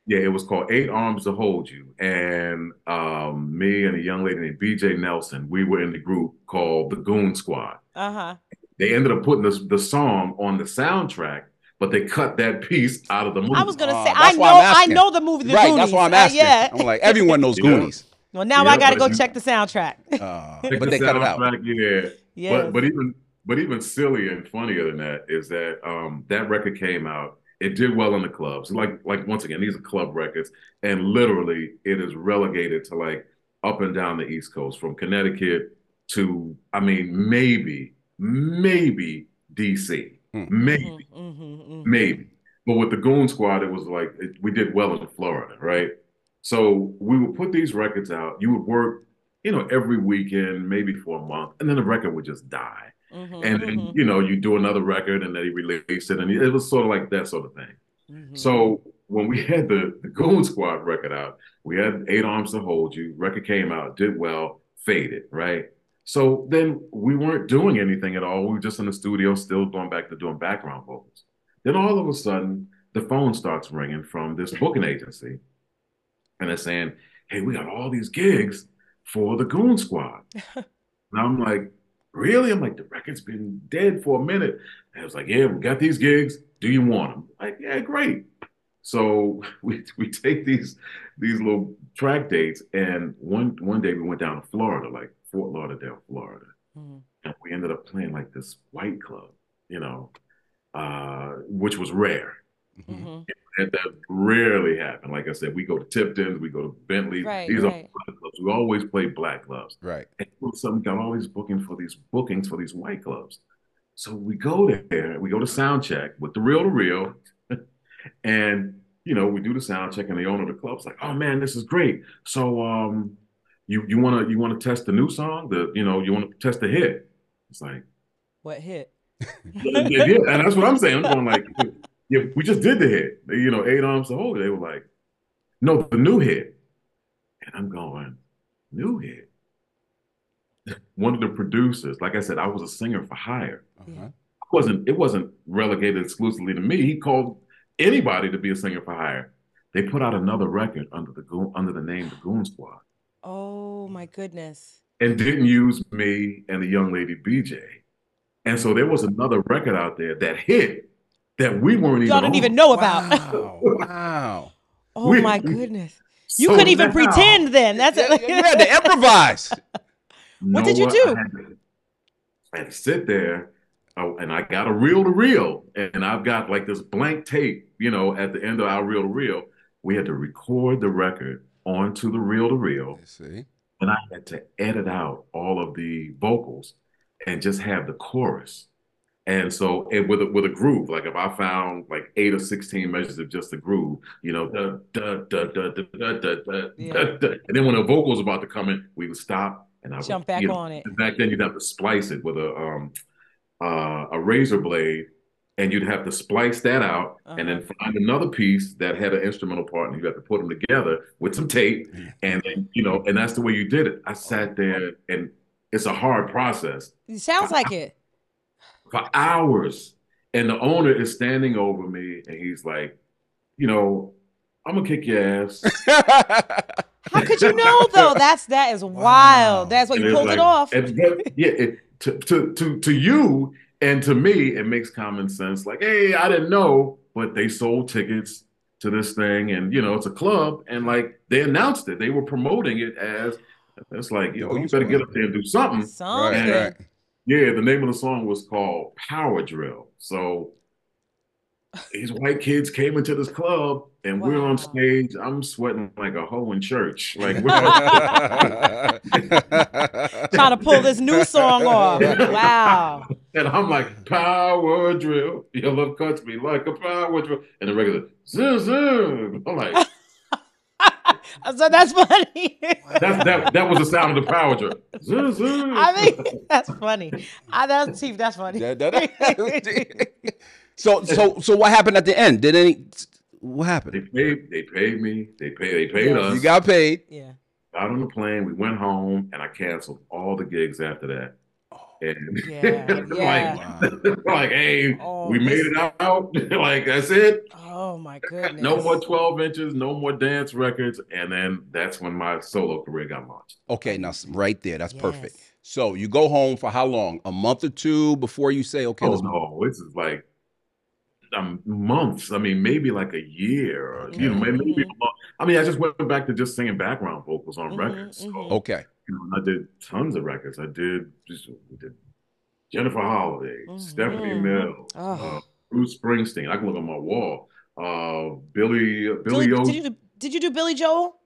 S3: Yeah, it was called Eight Arms to Hold You. And um, me and a young lady named BJ Nelson, we were in the group called the Goon Squad.
S2: uh huh.
S3: They ended up putting this, the song on the soundtrack, but they cut that piece out of the movie.
S2: I was gonna
S1: Ah,
S2: say I
S1: that's
S2: know
S1: why I'm
S2: I
S1: asking.
S2: know the movie The
S1: right.
S2: Goonies.
S1: That's why I'm
S2: Uh,
S1: asking.
S2: yeah.
S1: I'm like everyone knows
S3: Yeah.
S1: Goonies,
S2: well, now
S3: Yeah,
S2: I gotta
S3: but
S2: go
S3: you-
S2: check the soundtrack.
S1: uh,
S3: Check
S1: but
S3: the
S1: they cut it out.
S3: soundtrack, yeah.
S2: Yes.
S3: But but even but even sillier and funnier than that is that um that record came out. It did well in the clubs. Like like once again, these are club records, and literally it is relegated to like up and down the East Coast from Connecticut to I mean maybe maybe DC,
S1: Hmm.
S3: maybe
S2: Mhm, mhm, mhm.
S3: maybe. But with the Goon Squad, it was like it, we did well in Florida, right? So we would put these records out. You would work, you know, every weekend, maybe for a month, and then the record would just die.
S2: Mhm,
S3: And then,
S2: mhm,
S3: you know, you do another record, and then you release it, and it was sort of like that sort of thing.
S2: mhm.
S3: So when we had the, the Goon Squad record out, we had Eight Arms to Hold You. Record came out, did well, faded, right? So then we weren't doing anything at all. We were just in the studio, still going back to doing background vocals. Then all of a sudden, the phone starts ringing from this booking agency, and they're saying, "Hey, we got all these gigs for the Goon Squad." And I'm like, really? I'm like, the record's been dead for a minute. And I was like, yeah, we got these gigs. Do you want them? Like, yeah, great. So we we take these these little track dates, and one one day we went down to Florida, like Fort Lauderdale, Florida,
S2: Mhm.
S3: and we ended up playing like this white club, you know, uh, which was rare.
S1: Mhm.
S2: Mhm.
S3: That, that rarely happened. Like I said, we go to Tipton, we go to Bentley.
S2: Right,
S3: These
S2: right.
S3: are black clubs. We always play black clubs.
S1: Right.
S3: And all of a sudden, got all these booking for these bookings for these white clubs. So we go there, we go to sound check with the real to real, and you know we do the sound check, and the owner of the club's like, "Oh man, this is great. So um, you you wanna you wanna test the new song? The you know you wanna test the hit?" It's like,
S2: What hit?
S3: yeah, yeah, yeah. and that's what I'm saying. I'm going like, yeah, we just did the hit. You know, eight arms to hold. it. They were like, no, the new hit. And I'm going, new hit. One of the producers, like I said, I was a singer for hire.
S1: Uh-huh.
S3: It wasn't it wasn't relegated exclusively to me. He called anybody to be a singer for hire. They put out another record under the Goon, under the name the Goon Squad
S2: Oh my goodness.
S3: and didn't use me and the young lady BJ. And so there was another record out there that hit that we weren't even
S2: Y'all didn't
S3: on.
S2: even know about.
S1: Wow. wow.
S2: Oh
S3: We-
S2: my goodness. You
S3: So
S2: couldn't even
S3: now-
S2: pretend then. That's
S1: Yeah,
S2: it.
S1: you had to improvise.
S3: You
S2: What
S3: know
S2: did you do?
S3: I had to, I had to sit there uh, and I got a reel to reel and I've got like this blank tape, you know, at the end of our reel to reel. We had to record the record onto the reel to reel
S1: See.
S3: and I had to edit out all of the vocals and just have the chorus. And so, and with a, with a groove, like if I found like eight or sixteen measures of just the groove, you know, da, da, da, da, da, da, da, da,
S2: Yeah.
S3: da, da. and then when the vocal's about to come in, we would stop, And I would,
S2: Jump back
S3: you know,
S2: on it.
S3: Back then, you'd have to splice it with a um, uh, a razor blade, and you'd have to splice that out, and
S2: Uh-huh.
S3: then find another piece that had an instrumental part, and you would have to put them together with some tape, and then, you know, and that's the way you did it. I sat there, and it's a hard process
S2: It sounds like it.
S3: for hours. And the owner is standing over me and he's like, you know, I'm gonna kick your ass.
S2: How could you know though? That's that is
S1: Wow.
S2: wild. That's why
S3: And
S2: you
S3: it's
S2: pulled
S3: like-
S2: it off.
S3: and that- yeah, it, to, to to to you and to me, it makes common sense. Like, hey, I didn't know, but they sold tickets to this thing, and you know, it's a club, and like they announced it, they were promoting it as. It's like, yo, you
S1: Those
S3: better get
S1: clubs.
S3: up there and do something.
S2: Something.
S3: right, right. Yeah, the name of the song was called Power Drill. So these white kids came into this club and we're
S2: Wow.
S3: on stage. I'm sweating like a hoe in church. Like we're
S1: right.
S2: Trying to pull this new song off. Wow.
S3: and I'm like, power drill. Your love cuts me like a power drill. And the regular zoom zoom. I'm like,
S2: so that's funny.
S3: that's that that was the sound of the power drill. Zoom zoom.
S2: I mean, that's funny. I, that's Chief. That's funny.
S1: Da- da- da. so so so what happened at the end? Did any what
S3: they
S1: happened?
S3: paid they paid me. They paid they paid
S2: Yes.
S3: us.
S1: You got paid.
S2: yeah.
S3: out on the plane. We went home, and I canceled all the gigs after that.
S2: Oh.
S3: And
S2: Yeah,
S3: like,
S2: yeah.
S3: like, hey,
S2: Oh,
S3: we made
S2: this-
S3: it out. like that's it.
S2: Oh my goodness.
S3: No more twelve inches. No more dance records. And then that's when my solo career got launched.
S1: Okay, now s- right there. That's perfect.
S2: Yes.
S1: So you go home for how long? A month or two before you say, okay,
S3: Oh
S1: let's
S3: no, this is like um, months. I mean, maybe like a year. Or, You know,
S2: Mhm,
S3: maybe.
S2: mhm.
S3: a month. I mean, I just went back to just singing background vocals on
S2: Mhm,
S3: records. So,
S2: mhm.
S1: okay.
S3: you know, and I did tons of records. I did just we did Jennifer Holiday, Stephanie
S2: Mhm.
S3: Mills,
S2: Oh.
S3: uh, Bruce Springsteen. I can look on my wall. Uh, Billy Billy
S2: Did,
S3: Ocean.
S2: did you do, did you do Billy Joel?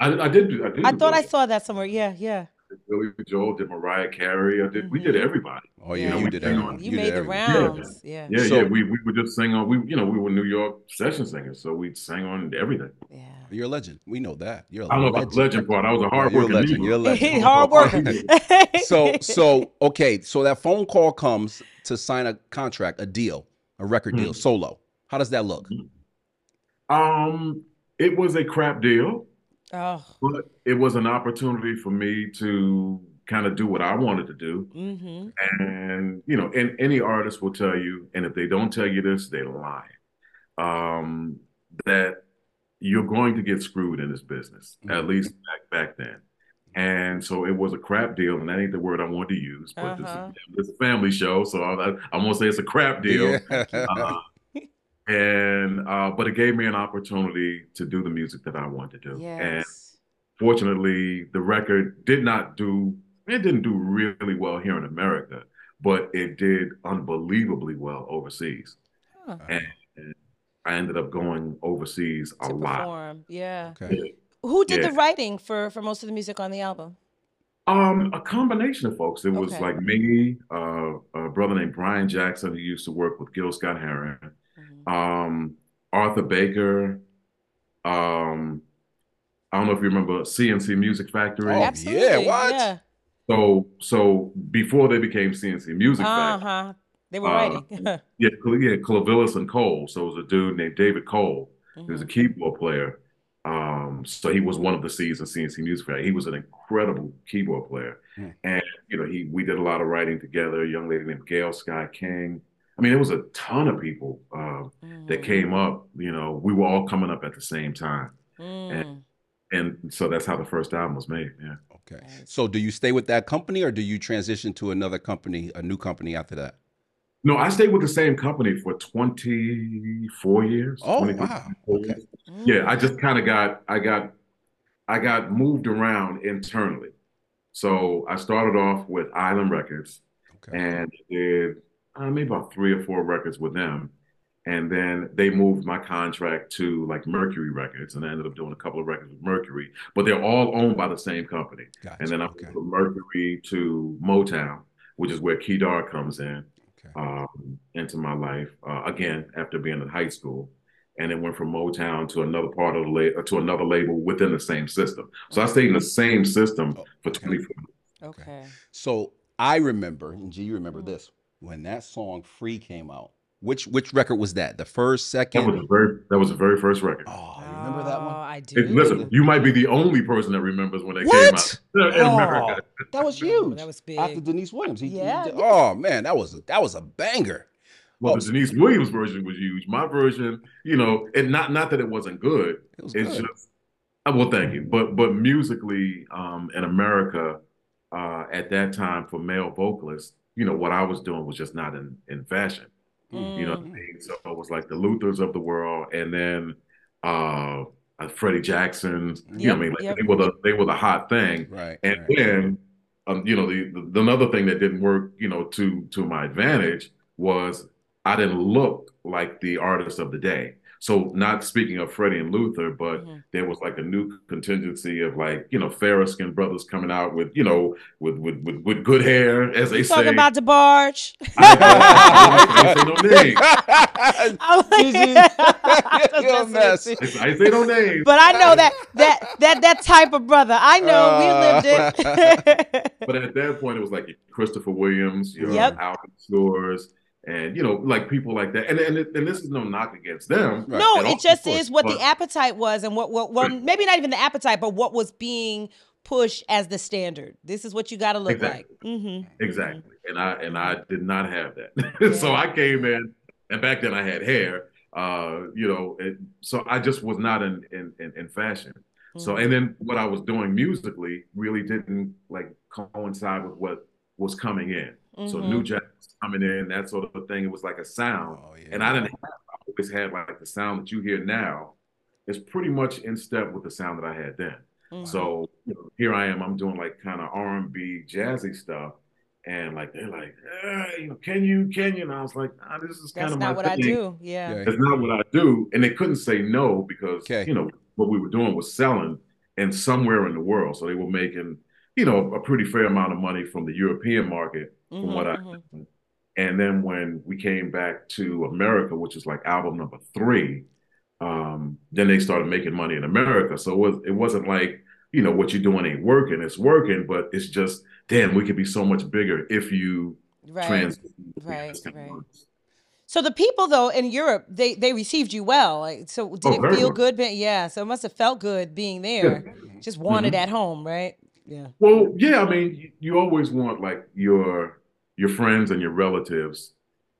S3: I, I did do. I, did
S2: I
S3: do
S2: thought I
S3: Billy-
S2: saw that somewhere. Yeah, yeah.
S3: Billy Joel did Mariah Carey. I did. We did
S2: Mhm.
S3: everybody.
S1: Oh yeah,
S2: Yeah.
S1: you did everything.
S2: You
S1: did
S2: made the
S1: everything.
S2: rounds. Yeah.
S3: Yeah,
S1: So-
S3: yeah. We we would just sing on. We you know we were New York session singers, so we sang on everything.
S2: Yeah.
S1: You're a legend. We know that. You're a
S3: I don't know
S1: legend.
S3: about the legend part. I was a hard
S1: You're a
S3: working
S1: legend. You're a legend.
S2: Hard worker.
S1: so so okay. So that phone call comes to sign a contract, a deal, a record deal,
S3: Hmm.
S1: solo. How does that look?
S3: Um, it was a crap deal.
S2: Oh.
S3: But it was an opportunity for me to kind of do what I wanted to do.
S2: Mm-hmm.
S3: And, you know, and any artist will tell you, and if they don't tell you this, they're lying, um, that you're going to get screwed in this business, at
S1: Mhm.
S3: least back back then. And so it was a crap deal, and that ain't the word I wanted to use, but this is,
S2: Uh-huh.
S3: this is a family show, so I, I, I'm gonna say it's a crap deal. Uh,
S2: Uh-huh.
S3: and uh, but it gave me an opportunity to do the music that I wanted to do. And
S2: Yes.
S3: fortunately, the record did not do it didn't do really well here in America, but it did unbelievably well overseas.
S2: Huh.
S3: I ended up going overseas a
S2: To
S3: lot.
S2: perform. Yeah.
S1: Okay.
S2: Who did
S3: Yeah.
S2: the writing for for most of the music on the album?
S3: Um, a combination of folks. It was
S2: Okay.
S3: like me, uh, a brother named Brian Jackson who used to work with Gil Scott Heron,
S1: Oh,
S2: Mhm.
S3: um, Arthur Baker, um, I don't know if you remember CNC Music Factory.
S1: Oh, yeah, what?
S2: Yeah.
S3: So, so before they became CNC Music
S2: Uh
S3: Factory,
S2: huh. They were
S3: Uh,
S2: writing.
S3: yeah, Cl- yeah, Clavillis and Cole. So it was a dude named David Cole. He was a keyboard player. Um, so he was one of the C's of CNC Music Factory. He was an incredible keyboard player,
S1: Hmm.
S3: and you know, he we did a lot of writing together. A young lady named Gail Sky King. I mean, it was a ton of people uh,
S2: Mhm.
S1: Hmm.
S3: that came up. You know, we were all coming up at the same time,
S2: Mm.
S3: and so that's how the first album was made. Yeah.
S1: Okay.
S2: Nice.
S1: So do you stay with that company or do you transition to another company, a new company after that?
S3: No, I stayed with the same company for 24 years.
S1: Oh,
S3: 23,
S1: wow.
S3: 24
S1: Okay.
S3: years. Yeah, I just kind of got I got I got moved around internally. So I started off with Island Records
S1: Okay.
S3: and did uh, maybe about three or four records with them. And then they moved my contract to like Mercury Records, and I ended up doing a couple of records with Mercury, but they're all owned by the same company.
S1: Gotcha.
S3: And then I
S1: okay.
S3: went from Mercury to Motown, which is where Kedar comes in
S1: Okay.
S3: um, into my life uh, again after being in high school, and it went from Motown to another part of the la- to another label within the same system. So I stayed in the same system
S1: Oh,
S3: for
S1: okay.
S3: 24,
S2: Okay.
S1: So I remember, and G, you remember
S2: Mm-hmm.
S1: this when that song "Free" came out. Which which record was that? The first,
S3: That
S1: second?
S3: was the very that was the very first record.
S1: oh, you remember that
S2: Oh,
S1: one?
S2: I do.
S3: It- listen, you might be the only person that remembers when it came
S1: What?
S3: out in America.
S1: Oh, that was
S2: Oh,
S1: huge.
S2: that was big.
S1: After Denise Williams, he, he
S2: Yeah,
S1: did-
S2: yeah.
S1: oh man, that was a, that was a banger.
S3: Well,
S1: Oh.
S3: the Denise Williams version was huge. My version, you know, and not not that it wasn't good.
S1: It was
S3: It's
S1: good.
S3: just, uh, well, thank you. But but musically, um, in America, uh, at that time for male vocalists, you know, what I was doing was just not in in fashion.
S1: Hmm.
S3: You know what I
S2: Mm.
S3: mean? So it was like the Luthers of the world, and then uh, uh, Freddie Jackson.
S2: Mm.
S3: You know what I mean? Like
S2: Yep,
S3: they were the they were the hot thing.
S1: right.
S3: And
S1: right.
S3: then, um, you know, the, the another thing that didn't work, you know, to to my advantage was I didn't look like the artist of the day. So not speaking of Freddie and Luther, but
S2: Mhm.
S3: there was like a new contingency of like, you know, fair skinned brothers coming out with, you know, with with with, with good hair, as they
S2: You
S3: say.
S2: talking about DeBarge?
S3: I ain't say no names.
S2: I'm like-
S1: Easy.
S2: I was
S1: You're a
S2: messing
S1: mess.
S2: with you.
S3: I ain't say no names.
S2: But I know that that that that type of brother. I know
S1: Uh.
S2: we lived it.
S3: But at that point, it was like your Christopher Williams, your
S2: Yep.
S3: Alvin Stores, and you know, like people like that. And and, and this is no knock against them.
S1: Right.
S2: No,
S3: And
S2: it
S3: all-
S2: just
S3: of course,
S2: is what
S3: but-
S2: the appetite was and what what well
S3: Right.
S2: maybe not even the appetite, but what was being pushed as the standard. This is what you got to look
S3: Exactly.
S2: like. Mm-hmm.
S3: Exactly. And I and I did not have that.
S2: Yeah.
S3: So I came in, and back then I had hair. Uh, you know, it, so I just was not in in in, in fashion.
S2: Mm-hmm.
S3: So and then what I was doing musically really didn't like coincide with what was coming in.
S2: Mm-hmm.
S3: So new jack was coming in, that sort of thing. It was like a sound.
S1: Oh, yeah.
S3: And I didn't have, I always had like the sound that you hear now is pretty much in step with the sound that I had then.
S2: Mm-hmm.
S3: So you know, here I am, I'm doing like kind of R&B jazzy stuff. And like they're like, eh, you know, can you, can you? And I was like, nah, this is kind
S2: that's
S3: of
S2: not
S3: my
S2: what I
S3: thing.
S2: do. Yeah.
S1: Yeah.
S3: That's not what I do. And they couldn't say no because
S1: Okay.
S3: you know what we were doing was selling and somewhere in the world. So they were making, you know, a pretty fair amount of money from the European market from what I
S2: Mhm,
S3: and then when we came back to America, which is like album number three, um, then they started making money in America. So it was it wasn't like, you know, what you're doing ain't working, it's working, but it's just, damn, we could be so much bigger if you
S2: mhm. Right.
S3: trans
S2: right, right. So the people though in Europe, they they received you well. Like, so did
S3: Oh,
S2: it
S3: very
S2: feel
S3: well.
S2: good? Being, yeah. So it must have felt good being there. Just wanted at home, right? Yeah.
S3: Well, Mm-hmm. yeah, I mean, you, you always want like your your friends and your relatives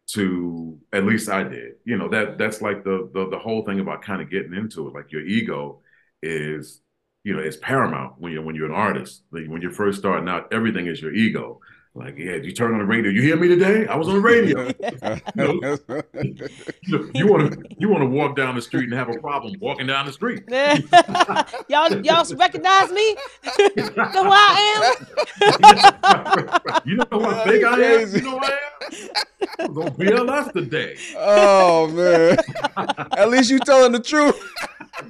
S3: to, at least I did. You know, that that's like the the, the whole thing about kind of getting into it. Like your ego is, you know, is paramount when you're when you're an artist. Like when you're first starting out, everything is your ego. Like, yeah, you turn on the radio, you hear me today? I was on the radio. You, want to you want to walk down the street and have a problem walking down the street.
S2: y'all y'all recognize me? know who I am?
S3: You know how
S1: That is
S3: big I am?
S1: crazy.
S3: You know I am? I'm gonna BLS today. Uh-huh.
S1: oh man! At least you telling the truth.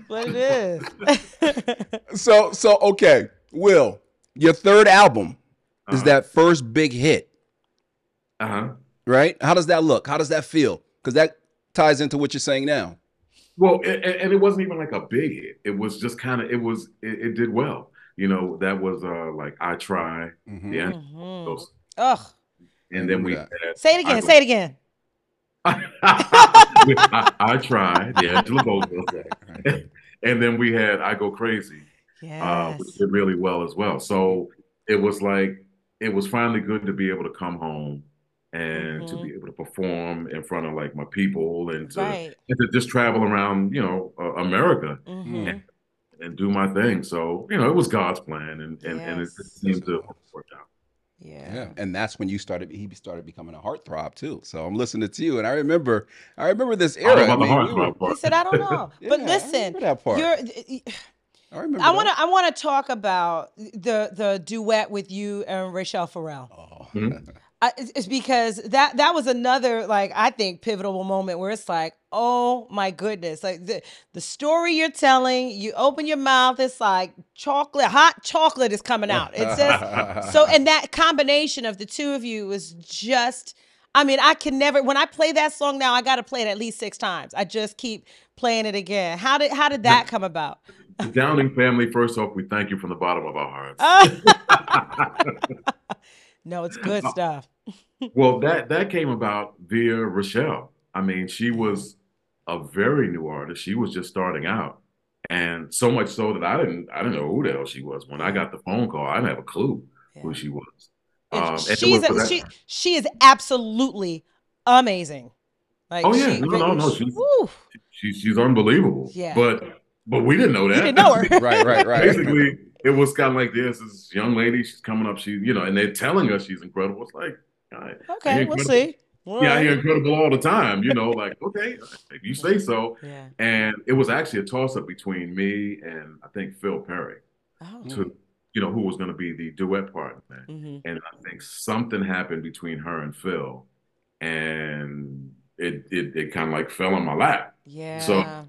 S2: What it is?
S1: So so okay, Will, your third album is
S3: Uh-huh.
S1: that first big hit,
S3: Uh-huh.
S1: right? How does that look? How does that feel? Because that ties into what you're saying now.
S3: Well, and, and it wasn't even like a big hit. It was just kind of it was it, it did well. You know, that was uh like I try. Yeah.
S2: Mhm.
S3: Those,
S2: Ugh.
S3: and then we
S1: Yeah.
S3: had
S2: Say it again.
S3: I-
S2: say it again.
S3: we- I, I try, the Angela Bogle. And then we had I Go Crazy. uh,
S2: Yes.
S3: which did really well as well. So it was like it was finally good to be able to come home and to
S2: Mhm.
S3: be able to perform in front of like my people and to,
S2: right.
S3: and to just travel around, you know, uh, America
S2: hmm
S3: and do my thing. So you know, it was God's plan, and and, and it
S2: Yes.
S3: seemed to work out.
S2: Yeah.
S1: Yeah, and that's when you started. He started becoming a heartthrob too. So I'm listening to you, and I remember, I remember this
S3: I
S1: era.
S3: don't know about
S1: mean,
S3: the
S1: we were-
S3: heartthrob
S2: He
S3: part.
S2: said, "I don't know,"
S1: Yeah,
S2: but
S1: I
S2: listen,
S1: remember that part.
S2: you're.
S1: I remember.
S2: I want
S1: that.
S2: to. I want to talk about the the duet with you and Rachelle Farrell.
S1: Oh.
S3: Mhm.
S2: I, it's it's because that that was another like I think pivotal moment where it's like, oh my goodness, like the the story you're telling. You open your mouth, it's like chocolate, hot chocolate is coming out. It's just so and that combination of the two of you is just i mean i can never when i play that song now i gotta play it at least six times i just keep playing it again how did how did that come about
S3: The Downing family, first off, we thank you from the bottom of our hearts.
S2: Uh, No, it's good stuff.
S3: well, that that came about via Rochelle. I mean, she was a very new artist. She was just starting out, and so much so that I didn't I didn't know who the hell she was when I got the phone call. I didn't have a clue
S2: Yeah.
S3: who she was.
S2: And
S3: Um, and it
S2: she's
S3: was for
S2: a,
S3: that-
S2: she she is absolutely amazing. Like
S3: Oh, yeah.
S2: she,
S3: No, no, no, she's-
S2: woo.
S3: she, she's unbelievable.
S2: Yeah.
S3: But but we didn't know that.
S2: you didn't know her.
S1: Right, right, right.
S3: Basically, it was kind of like this: this young lady, she's coming up, she you know, and they're telling us she's incredible. It's like, all right,
S2: okay, we'll
S3: Incredible.
S2: see.
S3: yeah, I
S2: Alright.
S3: hear incredible all the time. You know, like okay, if you say so.
S2: Yeah.
S3: And it was actually a toss up between me and I think Phil Perry
S2: Oh.
S3: to you know who was going to be the duet partner.
S2: Mhm.
S3: and I think something happened between her and Phil, and it it, it kind of like fell on my lap.
S2: Mm-hmm. Yeah.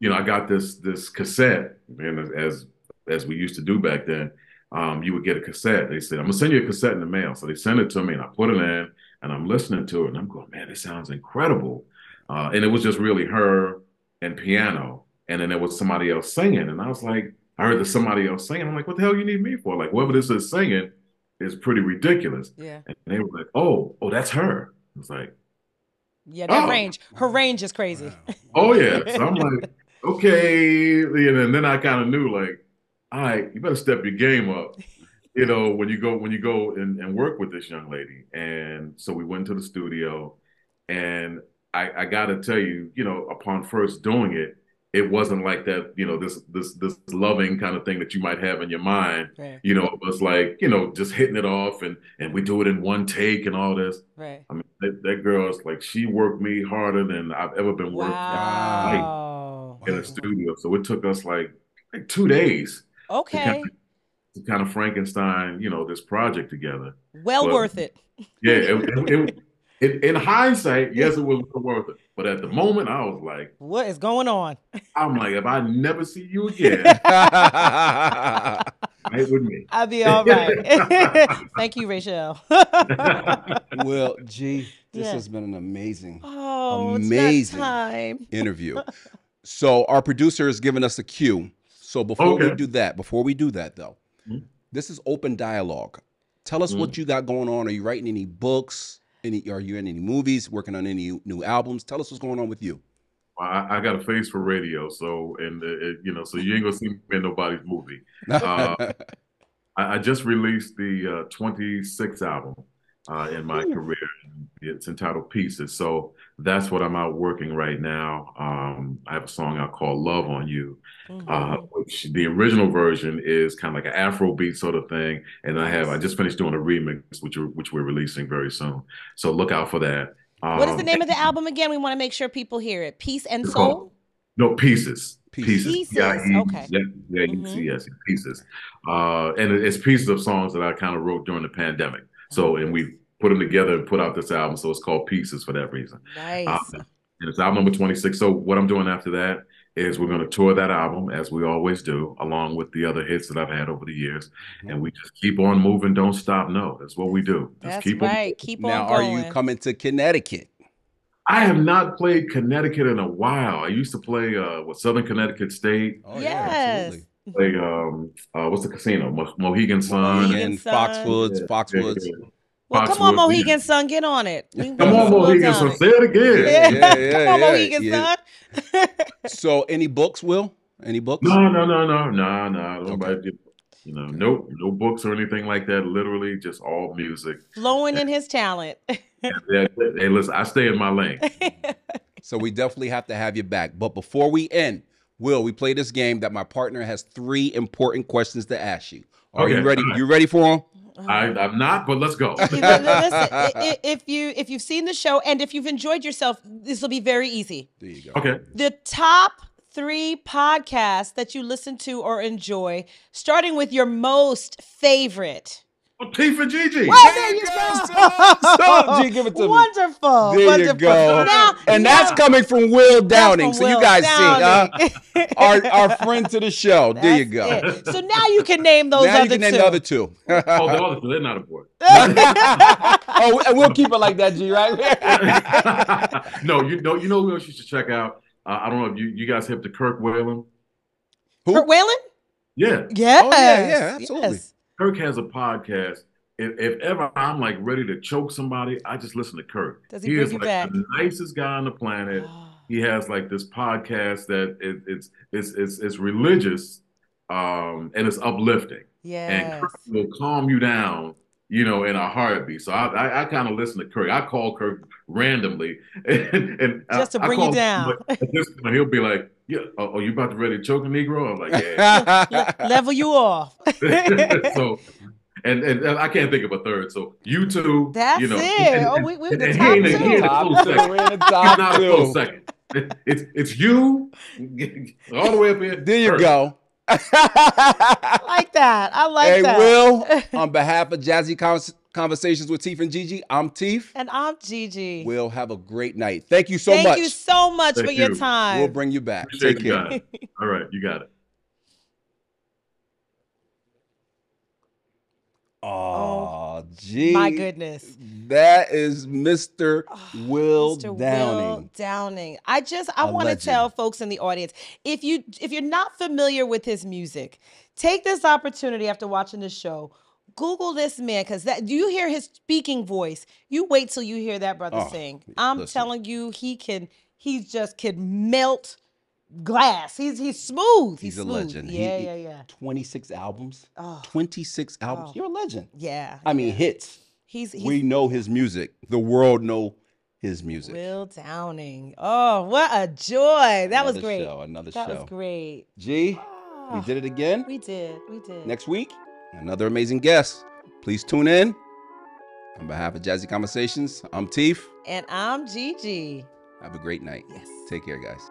S3: You know, I got this this cassette, and as as, as we used to do back then, um, you would get a cassette. They said, "I'm gonna send you a cassette in the mail," so they sent it to me, and I put it in, and I'm listening to it, and I'm going, "Man, this sounds incredible," uh, and it was just really her and piano, and then there was somebody else singing, and I was like. I heard there's somebody else singing. I'm like, what the hell you need me for? Like, whoever this is singing is pretty ridiculous.
S2: yeah.
S3: And they were like, "Oh, oh, that's her." I was like,
S2: Yeah, that
S3: Oh.
S2: range. Her range is crazy.
S3: "Oh yeah." So I'm like, "Okay," and then I kind of knew, like, "All right, you better step your game up." You know, when you go when you go and, and work with this young lady, and so we went to the studio, and I, I got to tell you, you know, upon first doing it, it wasn't like that, you know, this this this loving kind of thing that you might have in your mind,
S2: Right,
S3: you know, it was like, you know, just hitting it off, and and we do it in one take and all this.
S2: right.
S3: I mean, that, that girl is like she worked me harder than I've ever been worked
S2: Wow.
S3: in a studio. So it took us like like two days
S2: Okay.
S3: to kind of Frankenstein, you know, this project together.
S2: Well
S3: Well,
S2: worth it.
S3: Yeah, it, it, it- it- in hindsight, yes, it was worth it. But at the moment, I was like,
S2: What is going on?
S3: I'm like, if I never see you again, right with me.
S2: I'll be all right. Thank you, Rachel. Oh,
S1: well, G, this
S2: Yeah.
S1: has been an amazing
S2: oh, it's
S1: Amazing.
S2: that time.
S1: interview. So our producer has given us a cue. So before we
S3: Okay.
S1: do that, before we do that though,
S3: Mhm.
S1: this is open dialogue. Tell us
S3: Mm.
S1: what you got going on. Are you writing any books? Any are you in any movies? Working on any new albums? Tell us what's going on with you.
S3: I, I got a face for radio, so and uh, it, you know, so you ain't gonna see me in nobody's movie. Uh, I, I just released the uh, 26th album uh, in my
S2: Hmm.
S1: Ooh.
S3: career. and It's entitled Pieces. So that's what I'm out working right now. Um, I have a song out called Love on You, uh,
S2: Mhm.
S3: which the original version is kind of like an Afrobeat sort of thing. And I have I just finished doing a remix, which we're, which we're releasing very soon. So look out for that.
S2: what is the
S3: Um,
S2: name of the album again? We want to make sure people hear it. Peace and
S3: It's
S2: Soul.
S3: called- No, pieces.
S1: Pieces.
S3: Pieces.
S2: Pieces,
S3: P-I-E-Z.
S2: okay.
S3: Yeah, yeah, you
S2: Mhm.
S3: see, yes, pieces. Uh, and it- it's pieces of songs that I kind of wrote during the pandemic. So,
S2: Mm-hmm.
S3: and we put them together and put out this album. So it's called Pieces for that reason.
S2: Nice.
S3: Um, and it's album number 26. So, what I'm doing after that is we're going to tour that album as we always do, along with the other hits that I've had over the years.
S2: Mm-hmm.
S3: And we just keep on moving, don't stop. No, that's what we do. Just
S2: That's
S3: keep on.
S2: right. Keep on
S1: now are
S2: going.
S1: you coming to Connecticut?
S3: I have not played Connecticut in a while. I used to play uh, with Southern Connecticut State.
S1: Oh
S2: yes.
S1: absolutely.
S3: play um uh what's the casino Mo- Mohegan Sun
S2: Mohegan
S3: and-
S1: And
S2: Sun.
S1: Foxwoods,
S3: Yeah,
S1: Foxwoods.
S3: yeah,
S2: well, come on,
S3: Foxwoods, yeah.
S2: Mohegan son, get on it. We can
S3: Come
S2: go
S3: on,
S2: slow
S3: Mohegan
S2: down
S3: Sun,
S2: it.
S3: say it again.
S1: Yeah,
S2: Yeah. Come
S1: yeah,
S2: on,
S1: yeah,
S2: Mohegan
S1: yeah.
S2: son.
S1: So any books, Will? Any books?
S3: No, no, no, no, no, no.
S1: Okay.
S3: Nobody did, you know, no, no books or anything like that. Literally, just all music.
S2: Flowing in his talent.
S3: Yeah, hey, listen, I stay in my lane.
S1: So we definitely have to have you back. But before we end, Will, we play this game that my partner has three important questions to ask you. Are you
S3: Okay,
S1: ready?
S3: all right.
S1: You ready for them?
S3: I, I'm not, but let's go.
S2: You know, li- listen, i- i- if you if you've seen the show and if you've enjoyed yourself, this will be very easy.
S1: There you go.
S3: Okay,
S2: The top three podcasts that you listen to or enjoy, starting with your most favorite.
S3: oh, T for Gigi.
S2: Oh, there you go.
S1: So, G, give it to me.
S2: wonderful.
S1: There you
S2: wonderful.
S1: go.
S2: Now,
S1: And
S2: now-
S1: that's coming from Will Downing.
S2: from
S1: so
S2: Will
S1: you guys see,
S2: Downing.
S1: huh? our our friend to the show. there you go.
S2: That's it. So now you can name those
S1: now
S2: other
S1: you can name
S2: two.
S1: the other two.
S3: Oh, the other two, they're not important.
S1: oh, and we'll keep it like that, G. Right?
S3: no, you know, you know who else you should check out. Uh, I don't know if you, you guys hip to Kirk Whalen.
S1: Who?
S2: Kurt Whalen?
S3: Yeah,
S2: Yes.
S1: Oh, yeah, absolutely.
S2: yes.
S3: Kirk has a podcast. if, if ever I'm like ready to choke somebody, I just listen to Kurt.
S2: Does he
S3: he
S2: bring
S3: is
S2: you
S3: like
S2: back?
S3: the nicest guy on the planet. He has like this podcast that it, it's it's it's it's religious, um, and it's uplifting. And
S2: yes.
S3: Kurt will calm you down, you know, in a heartbeat. So I I, I kind of listen to Kirk. I call Kirk randomly, and, and I-
S2: Just to
S3: I
S2: bring you
S3: call him,
S2: down.
S3: but at this point, he'll be like, "Yeah, oh, oh, you about to ready to choke a Negro?" I'm like, "Yeah."
S2: Le- level you off.
S3: so and, and and I can't think of a third. So you two,
S2: That's
S3: you know,
S2: it. Oh, we, we were
S3: and-
S2: the
S3: and
S2: top
S3: he ain't- he
S2: two.
S3: ain't-
S1: Top two. We're in the
S3: He's
S1: top
S3: not a close
S1: two.
S3: second. It's it's you all the way up here.
S1: There you
S3: Kirk.
S1: go.
S2: I like that. I like
S1: hey,
S2: that.
S1: Will, on behalf of Jazzy Con- Conversations with Teef and Gigi, I'm Teef.
S2: And I'm Gigi.
S1: We'll have a great night. Thank you so
S2: Thank
S1: much.
S2: you so much
S3: Thank
S2: for your
S3: you.
S2: time.
S1: we'll bring you back.
S3: Appreciate
S1: Take
S3: you
S1: care.
S3: guys. All right, you got it.
S1: Oh, gee.
S2: My goodness.
S1: That is Mr.
S2: Oh,
S1: Will
S2: Mr. Will
S1: Downing.
S2: Downing. I just I
S1: A
S2: want to
S1: legend.
S2: tell folks in the audience if you if you're not familiar with his music, take this opportunity after watching this show. Google this man because that you hear his speaking voice. You wait till you hear that brother
S1: Oh,
S2: sing. I'm
S1: listen.
S2: telling you, he can. He just can melt glass. He's he's smooth. He's,
S1: He's a
S2: smooth.
S1: legend. He-
S2: Yeah,
S1: he-
S2: yeah, yeah.
S1: 26 albums.
S2: Oh,
S1: 26 albums.
S2: Oh.
S1: You're a legend.
S2: yeah.
S1: I mean,
S2: yeah.
S1: hits.
S2: he's he's
S1: We know his music. The world know his music.
S2: Will Downing. Oh, what a joy! That was
S1: Another
S2: great.
S1: Show, another
S2: That
S1: show.
S2: was great.
S1: G, we
S2: Ah,
S1: did it again.
S2: We did. We did.
S1: Next week, another amazing guest. Please tune in. On behalf of Jazzy Conversations, I'm Teef.
S2: And I'm Gigi.
S1: Have a great night.
S2: Yes.
S1: Take care, guys.